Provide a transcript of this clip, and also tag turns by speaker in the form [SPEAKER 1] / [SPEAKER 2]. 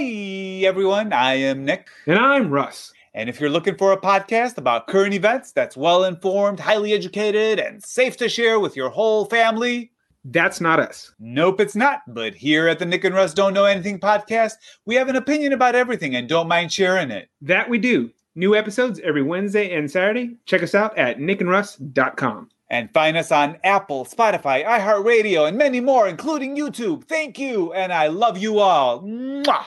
[SPEAKER 1] Hey everyone, I am Nick.
[SPEAKER 2] And I'm Russ.
[SPEAKER 1] And if you're looking for a podcast about current events that's well informed, highly educated, and safe to share with your whole family,
[SPEAKER 2] That's not us.
[SPEAKER 1] nope, it's not. But here at the Nick and Russ Don't Know Anything podcast, we have an opinion about everything and don't mind sharing it.
[SPEAKER 2] That we do. New episodes every Wednesday and Saturday. Check us out at nickandruss.com.
[SPEAKER 1] And find us on Apple, Spotify, iHeartRadio, and many more, including YouTube. Thank you, and I love you all. Mwah!